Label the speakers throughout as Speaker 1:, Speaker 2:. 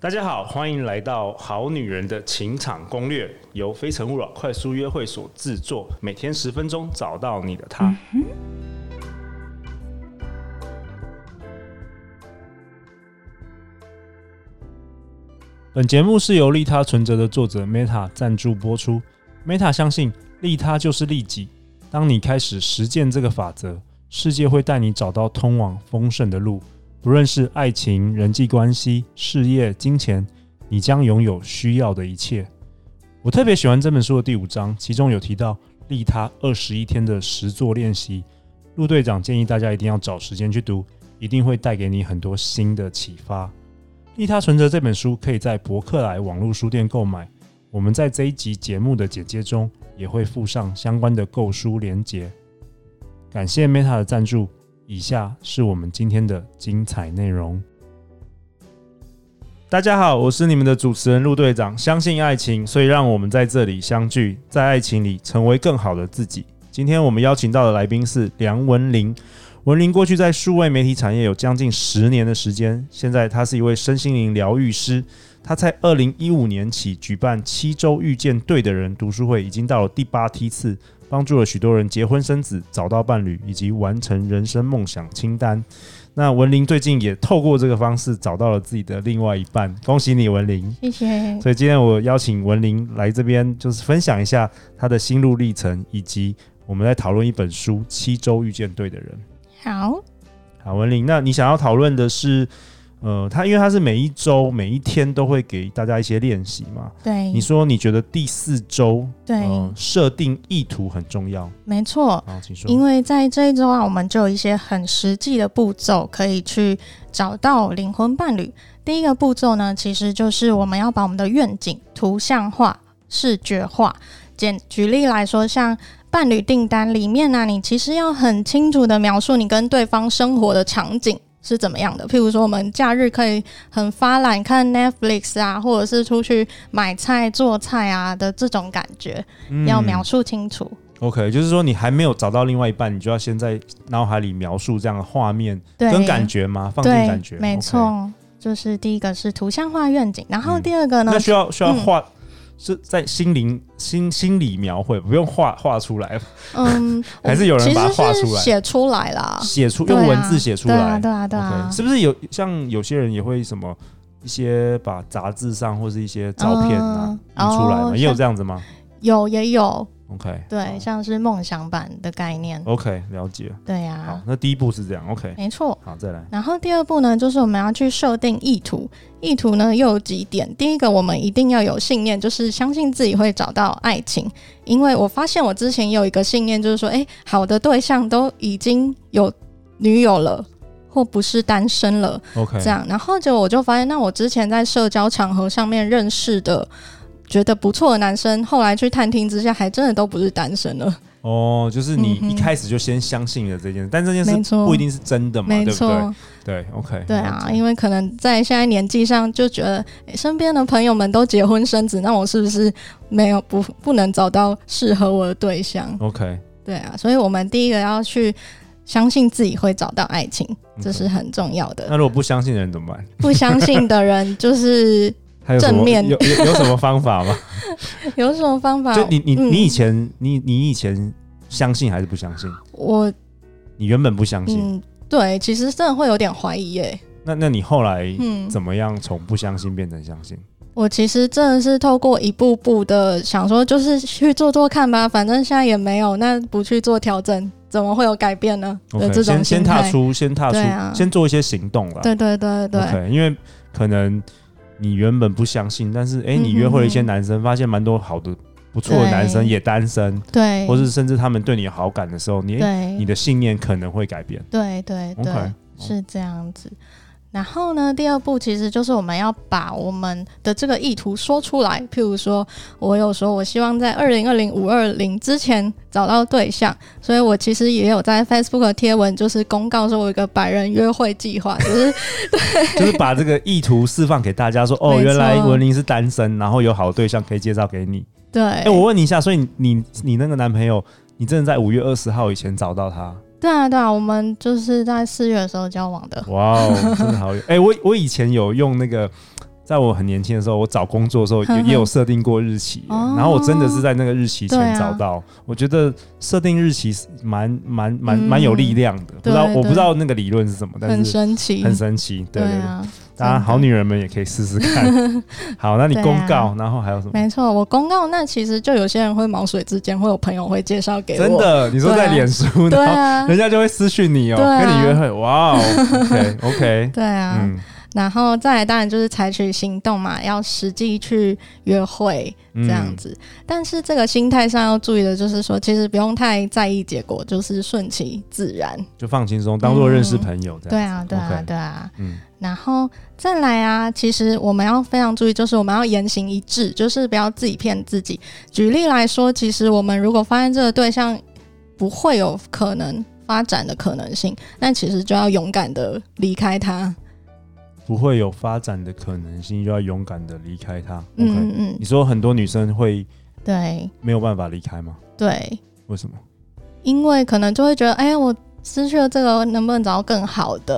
Speaker 1: 大家好，欢迎来到《好女人的情场攻略》，由非诚勿扰快速约会所制作，每天十分钟，找到你的他。本节目是由利他存折的作者 Meta 赞助播出。Meta 相信利他就是利己，当你开始实践这个法则，世界会带你找到通往丰盛的路。不论是爱情、人际关系、事业、金钱，你将拥有需要的一切。我特别喜欢这本书的第五章，其中有提到利他二十一天的实作练习。陆队长建议大家一定要找时间去读，一定会带给你很多新的启发。利他存折这本书可以在博客来网络书店购买，我们在这一集节目的简介中也会附上相关的购书链接。感谢 Meta 的赞助，以下是我们今天的精彩内容。大家好，我是你们的主持人陆队长。相信爱情，所以让我们在这里相聚，在爱情里成为更好的自己。今天我们邀请到的来宾是梁文玲。文玲过去在数位媒体产业有将近十年的时间，现在她是一位身心灵疗愈师。她在二零一五年起举办七周遇见对的人读书会，已经到了第八梯次，帮助了许多人结婚生子、找到伴侣以及完成人生梦想清单。那文玲最近也透过这个方式找到了自己的另外一半，恭喜你，文玲！
Speaker 2: 谢谢。
Speaker 1: 所以今天我邀请文玲来这边，就是分享一下她的心路历程，以及我们在讨论一本书《七周遇见对的人》。
Speaker 2: 好，
Speaker 1: 好，文玲，那你想要讨论的是，呃，他因为他是每一周每一天都会给大家一些练习嘛。
Speaker 2: 对
Speaker 1: 你，说你觉得第四周，
Speaker 2: 对，
Speaker 1: 呃，设定意图很重要。
Speaker 2: 没错。
Speaker 1: 好，请说。
Speaker 2: 因为在这一周啊，我们就有一些很实际的步骤可以去找到灵魂伴侣。第一个步骤呢，其实就是我们要把我们的愿景图像化、视觉化。简举例来说，像伴侣订单里面呢、你其实要很清楚的描述你跟对方生活的场景。是怎么样的？譬如说，我们假日可以很发懒看 Netflix 啊，或者是出去买菜做菜啊的这种感觉，
Speaker 1: 嗯
Speaker 2: 要描述清楚。
Speaker 1: OK，就是说你还没有找到另外一半，你就要先在脑海里描述这样的画面
Speaker 2: 对，
Speaker 1: 跟感觉吗？放进
Speaker 2: 对，
Speaker 1: 感觉，
Speaker 2: 没
Speaker 1: OK。
Speaker 2: 错，就是第一个是图像化愿景，然后
Speaker 1: 嗯
Speaker 2: 第二个呢
Speaker 1: 那，需要需要
Speaker 2: 嗯
Speaker 1: 画，是在心灵心心里描绘，不用画画出来，
Speaker 2: 嗯，
Speaker 1: 还是有人
Speaker 2: 其
Speaker 1: 把它
Speaker 2: 实
Speaker 1: 画出
Speaker 2: 是
Speaker 1: 来
Speaker 2: 写出来啦，
Speaker 1: 写出
Speaker 2: 对啊
Speaker 1: 用文字写出
Speaker 2: 对
Speaker 1: 来。
Speaker 2: 啊，对啊，对
Speaker 1: o
Speaker 2: 啊
Speaker 1: k，是不是有像有些人也会什么一些把杂志上或是一些照片啊、
Speaker 2: 嗯
Speaker 1: 印出来嘛？
Speaker 2: 哦
Speaker 1: 也有
Speaker 2: 像
Speaker 1: 这样子吗
Speaker 2: 有也有，
Speaker 1: ？OK，
Speaker 2: 对，像是梦想版的概念，
Speaker 1: ，OK，了解。
Speaker 2: 对呀、
Speaker 1: 哦好
Speaker 2: 啊，，
Speaker 1: 那第一步是这样，OK，
Speaker 2: 没错。
Speaker 1: 好，再来。
Speaker 2: 然后第二步呢，就是我们要去设定意图。意图呢又有几点，第一个我们一定要有信念，就是相信自己会找到爱情。因为我发现我之前有一个信念，就是说，哎，好的对象都已经有女友了，或不是单身了，
Speaker 1: OK，
Speaker 2: 这样。然后结果我就发现，那我之前在社交场合上面认识的。觉得不错的男生，后来去探听之下，还真的都不是单身了。
Speaker 1: 哦，就是你
Speaker 2: 嗯哼
Speaker 1: 一开始就先相信了这件事，但这件
Speaker 2: 没
Speaker 1: 事
Speaker 2: 错
Speaker 1: 不一定是真的嘛，
Speaker 2: 没
Speaker 1: 对不
Speaker 2: 错，
Speaker 1: 对？对，OK，
Speaker 2: 对
Speaker 1: 了
Speaker 2: 啊，
Speaker 1: 解
Speaker 2: 因为可能在现在年纪上就觉得，诶身边的朋友们都结婚生子，那我是不是没有不不能找到适合我的对象？
Speaker 1: OK，嗯
Speaker 2: 对啊，所以我们第一个要去相信自己会找到爱情，
Speaker 1: 嗯
Speaker 2: 这是很重要的。
Speaker 1: 那如果不相信的人怎么办？
Speaker 2: 不相信的人，就是
Speaker 1: 还有什么
Speaker 2: 正面
Speaker 1: 有有有什么方法 吗？
Speaker 2: 有什么方法？
Speaker 1: 就你你
Speaker 2: 嗯
Speaker 1: 你以前你你以前相信还是不相信？
Speaker 2: 我
Speaker 1: 你原本不相信，
Speaker 2: 嗯，对，其实真的会有点怀疑耶、
Speaker 1: 那那你后来
Speaker 2: 嗯，
Speaker 1: 怎么样从不相信变成相信？
Speaker 2: 我其实真的是透过一步步的想说，就是去做做看吧，反正现在也没有，那不去做调整，怎么会有改变呢？的
Speaker 1: OK，
Speaker 2: 这种
Speaker 1: 先先
Speaker 2: 心态
Speaker 1: 踏出，先踏出，
Speaker 2: 对啊
Speaker 1: 先做一些行动啦。
Speaker 2: 对对对对
Speaker 1: OK，因为可能你原本不相信，但是哎、诶你
Speaker 2: 嗯
Speaker 1: 约会了一些
Speaker 2: 嗯嗯
Speaker 1: 男生，发现蛮多好的、不错的男生
Speaker 2: 对
Speaker 1: 也单身，
Speaker 2: 对，
Speaker 1: 或是甚至他们对你有好感的时候，你诶
Speaker 2: 对
Speaker 1: 你的信念可能会改 变。
Speaker 2: 对对对
Speaker 1: OK，
Speaker 2: 是这样子。然后呢，第二步其实就是我们要把我们的这个意图说出来。譬如说，我有说我希望在二零二零五二零之前找到对象，所以我其实也有在 Facebook 的贴文，就是公告说我有一个百人约会计划，就是
Speaker 1: 就是把这个意图释放给大家说，哦，
Speaker 2: 没错
Speaker 1: 原来文玲是单身，然后有好对象可以介绍给你。
Speaker 2: 对。
Speaker 1: 哎、我问你一下，所以你你你那个男朋友，你真的在五月二十号以前找到他？
Speaker 2: 对啊，对啊，我们就是在四月的时候交往的。
Speaker 1: 哇哦，真的好有！哎、我我以前有用那个在我很年轻的时候，我找工作的时候
Speaker 2: 哼
Speaker 1: 也
Speaker 2: 嗯哼
Speaker 1: 也有设定过日期耶，
Speaker 2: 哦
Speaker 1: 然后我真的是在那个日期
Speaker 2: 对
Speaker 1: 前
Speaker 2: 啊嗯
Speaker 1: 找到。我觉得设定日期是蛮蛮蛮蛮有力量的，不知道
Speaker 2: 对
Speaker 1: 我不
Speaker 2: 对
Speaker 1: 知道那个理论是什么，但
Speaker 2: 很
Speaker 1: 是
Speaker 2: 神奇，
Speaker 1: 很神奇。对对对，
Speaker 2: 啊，
Speaker 1: 当然
Speaker 2: 真的
Speaker 1: 好女人们也可以试试看。 好，那你
Speaker 2: 对啊
Speaker 1: 公告，然后还有什么？
Speaker 2: 没错，我公告那其实就有些人会毛遂自荐，会有朋友会介绍给我，
Speaker 1: 真的，你说
Speaker 2: 对啊
Speaker 1: 在脸书，
Speaker 2: 对
Speaker 1: 然后
Speaker 2: 啊，
Speaker 1: 人家就会私讯你哦，
Speaker 2: 对啊
Speaker 1: 跟你约会，哇哦，OK OK，
Speaker 2: 对啊，
Speaker 1: 嗯
Speaker 2: 然后再来当然就是采取行动嘛，要实际去约会
Speaker 1: 嗯，
Speaker 2: 这样子。但是这个心态上要注意的就是说，其实不用太在意结果，就是顺其自然。
Speaker 1: 就放轻松，当做认识朋友这
Speaker 2: 对
Speaker 1: 样。
Speaker 2: 啊，对啊
Speaker 1: OK，
Speaker 2: 对啊。
Speaker 1: 嗯，
Speaker 2: 然后再来啊，其实我们要非常注意，就是我们要言行一致，就是不要自己骗自己。举例来说，其实我们如果发现这个对象不会有可能发展的可能性，那其实就要勇敢的离开他。
Speaker 1: 不会有发展的可能性，就要勇敢的离开他。OK，
Speaker 2: 嗯嗯，
Speaker 1: 你说很多女生会
Speaker 2: 对
Speaker 1: 没有办法离开吗？
Speaker 2: 对，
Speaker 1: 为什么？
Speaker 2: 因为可能就会觉得，哎、呀，我失去了这个，能不能找到更好 的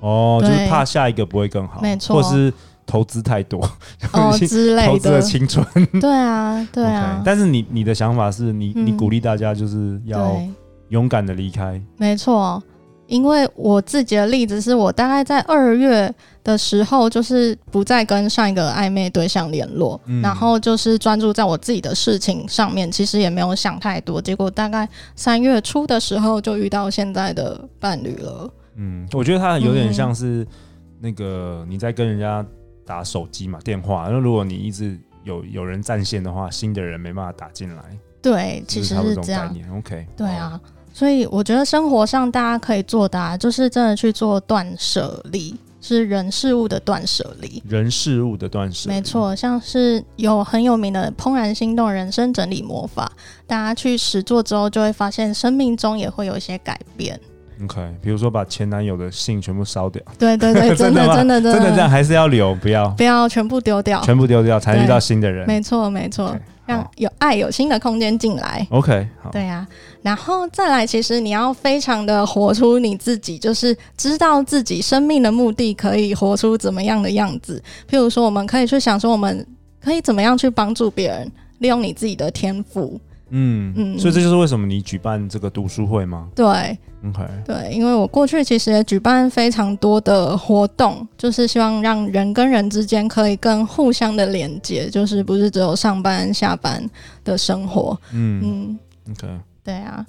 Speaker 1: 哦，就
Speaker 2: 对
Speaker 1: 是怕下一个不会更好，
Speaker 2: 没错
Speaker 1: 或是投资太多，
Speaker 2: 哦
Speaker 1: 已经
Speaker 2: 之
Speaker 1: 投
Speaker 2: 类
Speaker 1: 资了
Speaker 2: 的？
Speaker 1: 青春。
Speaker 2: 对啊，对
Speaker 1: OK，
Speaker 2: 啊，
Speaker 1: 但是你你的想法是你你
Speaker 2: 嗯
Speaker 1: 鼓励大家就是要
Speaker 2: 对。
Speaker 1: 勇敢的离开，
Speaker 2: 没错，因为我自己的例子是我大概在二月的时候，就是不再跟上一个暧昧对象联络，
Speaker 1: 嗯
Speaker 2: 然后就是专注在我自己的事情上面，其实也没有想太多。结果大概三月初的时候就遇到现在的伴侣了。
Speaker 1: 嗯，我觉得他有点
Speaker 2: 嗯
Speaker 1: 像是那个你在跟人家打手机嘛电话，那如果你一直有有人占线的话，新的人没办法打进来，
Speaker 2: 对，其
Speaker 1: 就
Speaker 2: 实
Speaker 1: 是差不
Speaker 2: 是
Speaker 1: 多
Speaker 2: 这
Speaker 1: 这种概
Speaker 2: 样。
Speaker 1: 念。OK，
Speaker 2: 对啊，所以我觉得生活上大家可以做的、啊，就是真的去做断舍离，是人事物的断舍离。
Speaker 1: 哦，人事物的断舍，
Speaker 2: 没，错，像是有很有名的《怦然心动人生整理魔法》，大家去实做之后，就会发现生命中也会有一些改变。
Speaker 1: OK，比如说把前男友的信全部烧掉，
Speaker 2: 对 对对，
Speaker 1: 真
Speaker 2: 真
Speaker 1: 的
Speaker 2: 的
Speaker 1: 吗
Speaker 2: 真的真
Speaker 1: 真
Speaker 2: 的
Speaker 1: 的这样还是要留，不要
Speaker 2: 不要全部丢掉。
Speaker 1: 全部丢掉，才
Speaker 2: 对
Speaker 1: 遇到新的人。
Speaker 2: 没错没错
Speaker 1: OK，
Speaker 2: 让
Speaker 1: 好
Speaker 2: 有爱有新的空间进来。
Speaker 1: OK，好，
Speaker 2: 对啊，然后再来，其实你要非常的活出你自己，就是知道自己生命的目的，可以活出怎么样的样子。譬如说，我们可以去想说，我们可以怎么样去帮助别人，利用你自己的天赋。
Speaker 1: 嗯嗯，
Speaker 2: 嗯
Speaker 1: 所以这就是为什么你举办这个读书会吗
Speaker 2: 对，
Speaker 1: ？OK，
Speaker 2: 对，因为我过去其实也举办非常多的活动，就是希望让人跟人之间可以更互相的连接，就是不是只有上班下班的生活。
Speaker 1: 嗯
Speaker 2: 嗯，
Speaker 1: ，OK，
Speaker 2: 对啊。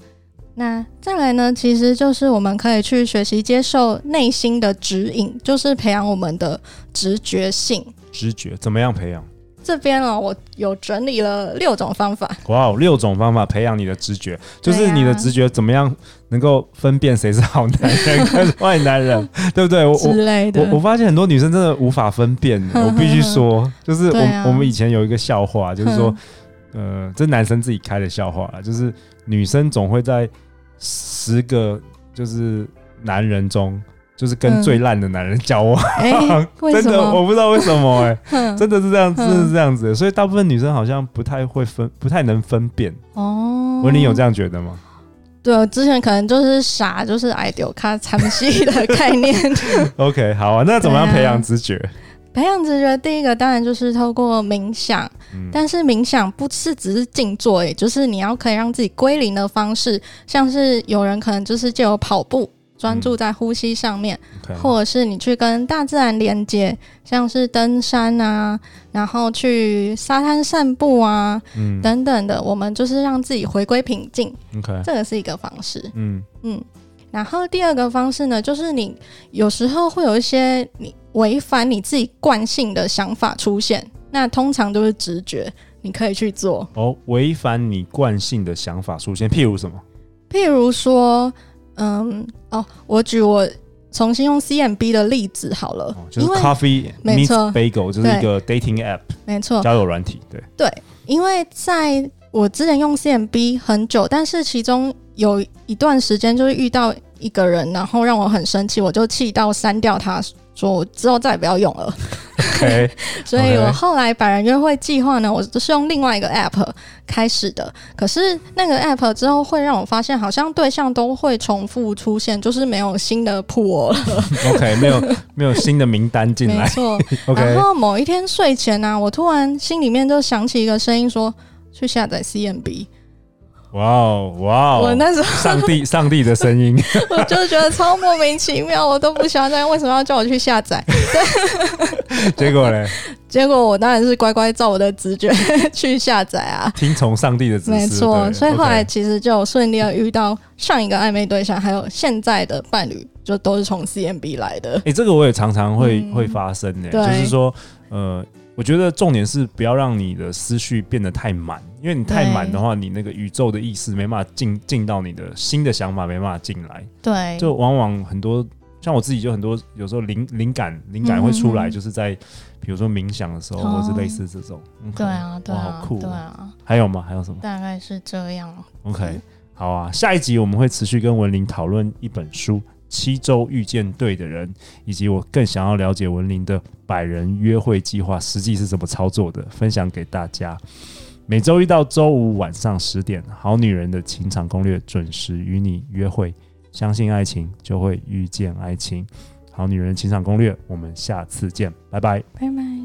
Speaker 2: 那再来呢，其实就是我们可以去学习接受内心的指引，就是培养我们的直觉性。
Speaker 1: 直觉怎么样培养？
Speaker 2: 这边哦，我有整理了六种方法。
Speaker 1: 哇哦，六种方法培养你的直觉，就
Speaker 2: 对啊
Speaker 1: 是你的直觉怎么样能够分辨谁是好男人跟 坏男人，对不对？我我
Speaker 2: 之类的
Speaker 1: 我我发现很多女生真的无法分 辨，我必须说，就是我、
Speaker 2: 对啊
Speaker 1: 我们以前有一个笑话，就是说
Speaker 2: 嗯，
Speaker 1: 呃，这男生自己开的笑话啦，就是女生总会在十个就是男人中，就是跟
Speaker 2: 嗯
Speaker 1: 最烂的男人交往，
Speaker 2: 哎、为
Speaker 1: 真
Speaker 2: 什
Speaker 1: 的
Speaker 2: 么？
Speaker 1: 我不知道为什么哎、
Speaker 2: 哼
Speaker 1: 真的是这样，真的
Speaker 2: 嗯
Speaker 1: 是这样子，所以大部分女生好像不太会分，不太能分辨。
Speaker 2: 哦，
Speaker 1: 文林有这样觉得吗？
Speaker 2: 对，我之前可能就是傻，就是爱丢卡参戏的概 念。
Speaker 1: OK，好啊，那怎么样培养直觉？
Speaker 2: 培养直觉，第一个当然就是透过冥想，
Speaker 1: 嗯，
Speaker 2: 但是冥想不是只是静坐，也就是你要可以让自己归零的方式，像是有人可能就是借由跑步。专注在呼吸上
Speaker 1: 嗯
Speaker 2: 面，
Speaker 1: OK，
Speaker 2: 或者是你去跟大自然连接，像是登山啊，然后去沙滩散步啊、
Speaker 1: 嗯
Speaker 2: 等等的，我们就是让自己回归平静，
Speaker 1: ，OK，
Speaker 2: 这个是一个方式。
Speaker 1: 嗯
Speaker 2: 嗯，然后第二个方式呢，就是你有时候会有一些你违反你自己惯性的想法出现，那通常都是直觉，你可以去做。
Speaker 1: 哦，违反你惯性的想法出现，譬如什么？
Speaker 2: 譬如说，嗯，哦，我举我重新用 CMB 的例子好了，
Speaker 1: 哦，就是
Speaker 2: 因为
Speaker 1: Coffee
Speaker 2: 没
Speaker 1: meets
Speaker 2: 错
Speaker 1: Bagel，就是一个 dating app
Speaker 2: 没错，
Speaker 1: 交友软体，对，
Speaker 2: 对，因为在我之前用 CMB 很久，但是其中有一段时间就是遇到一个人，然后让我很生气，我就气到删掉他，说我之后再也不要用了。
Speaker 1: OK，
Speaker 2: 所以
Speaker 1: OK
Speaker 2: 我后来百人约会计划呢，我是用另外一个 app 开始的。可是那个 app 之后会让我发现，好像对象都会重复出现，就是没有新的谱偶了。
Speaker 1: OK，没有没有新的名单 进
Speaker 2: 没
Speaker 1: 来。
Speaker 2: 错。然
Speaker 1: OK，
Speaker 2: 后某一天睡前呢、我突然心里面就响起一个声音说。去下载 CMB，、
Speaker 1: 哇哦哇
Speaker 2: 我
Speaker 1: 哦，
Speaker 2: 那时候
Speaker 1: 上帝上帝的声 音，
Speaker 2: 我就觉得超莫名其妙，我都不晓得为什么要叫我去下载。
Speaker 1: 结果嘞，
Speaker 2: 结果我当然是乖乖照我的直觉 去下载啊，
Speaker 1: 听从上帝的指示。
Speaker 2: 没错，
Speaker 1: 对
Speaker 2: 所以后
Speaker 1: OK
Speaker 2: 来其实就顺利的遇到上一个暧昧对象，还有现在的伴侣，就都是从 CMB 来的。
Speaker 1: 诶，这个我也常常会、
Speaker 2: 嗯
Speaker 1: 会发生呢、
Speaker 2: 对
Speaker 1: 就是说，呃，我觉得重点是不要让你的思绪变得太满，因为你太满的话，你那个宇宙的意识没办法进进到你的新的想法，没办法进来，
Speaker 2: 对，
Speaker 1: 就往往很多像我自己就很多有时候灵灵感灵感会出来，
Speaker 2: 嗯
Speaker 1: 就是在比如说冥想的时候，
Speaker 2: 哦
Speaker 1: 或是类似这种。嗯
Speaker 2: 对，啊，对
Speaker 1: 哇
Speaker 2: 啊
Speaker 1: 好，酷哦
Speaker 2: 对啊，
Speaker 1: 还有吗？还有什么
Speaker 2: 大概是这样。
Speaker 1: ？OK，好啊，下一集我们会持续跟文玲讨论一本书。七周遇见对的人，以及我更想要了解文林的百人约会计划实际是怎么操作的，分享给大家。每周一到周五晚上十点，《好女人的情场攻略》准时与你约会。相信爱情，就会遇见爱情。好女人情场攻略，我们下次见，拜拜。
Speaker 2: 拜拜。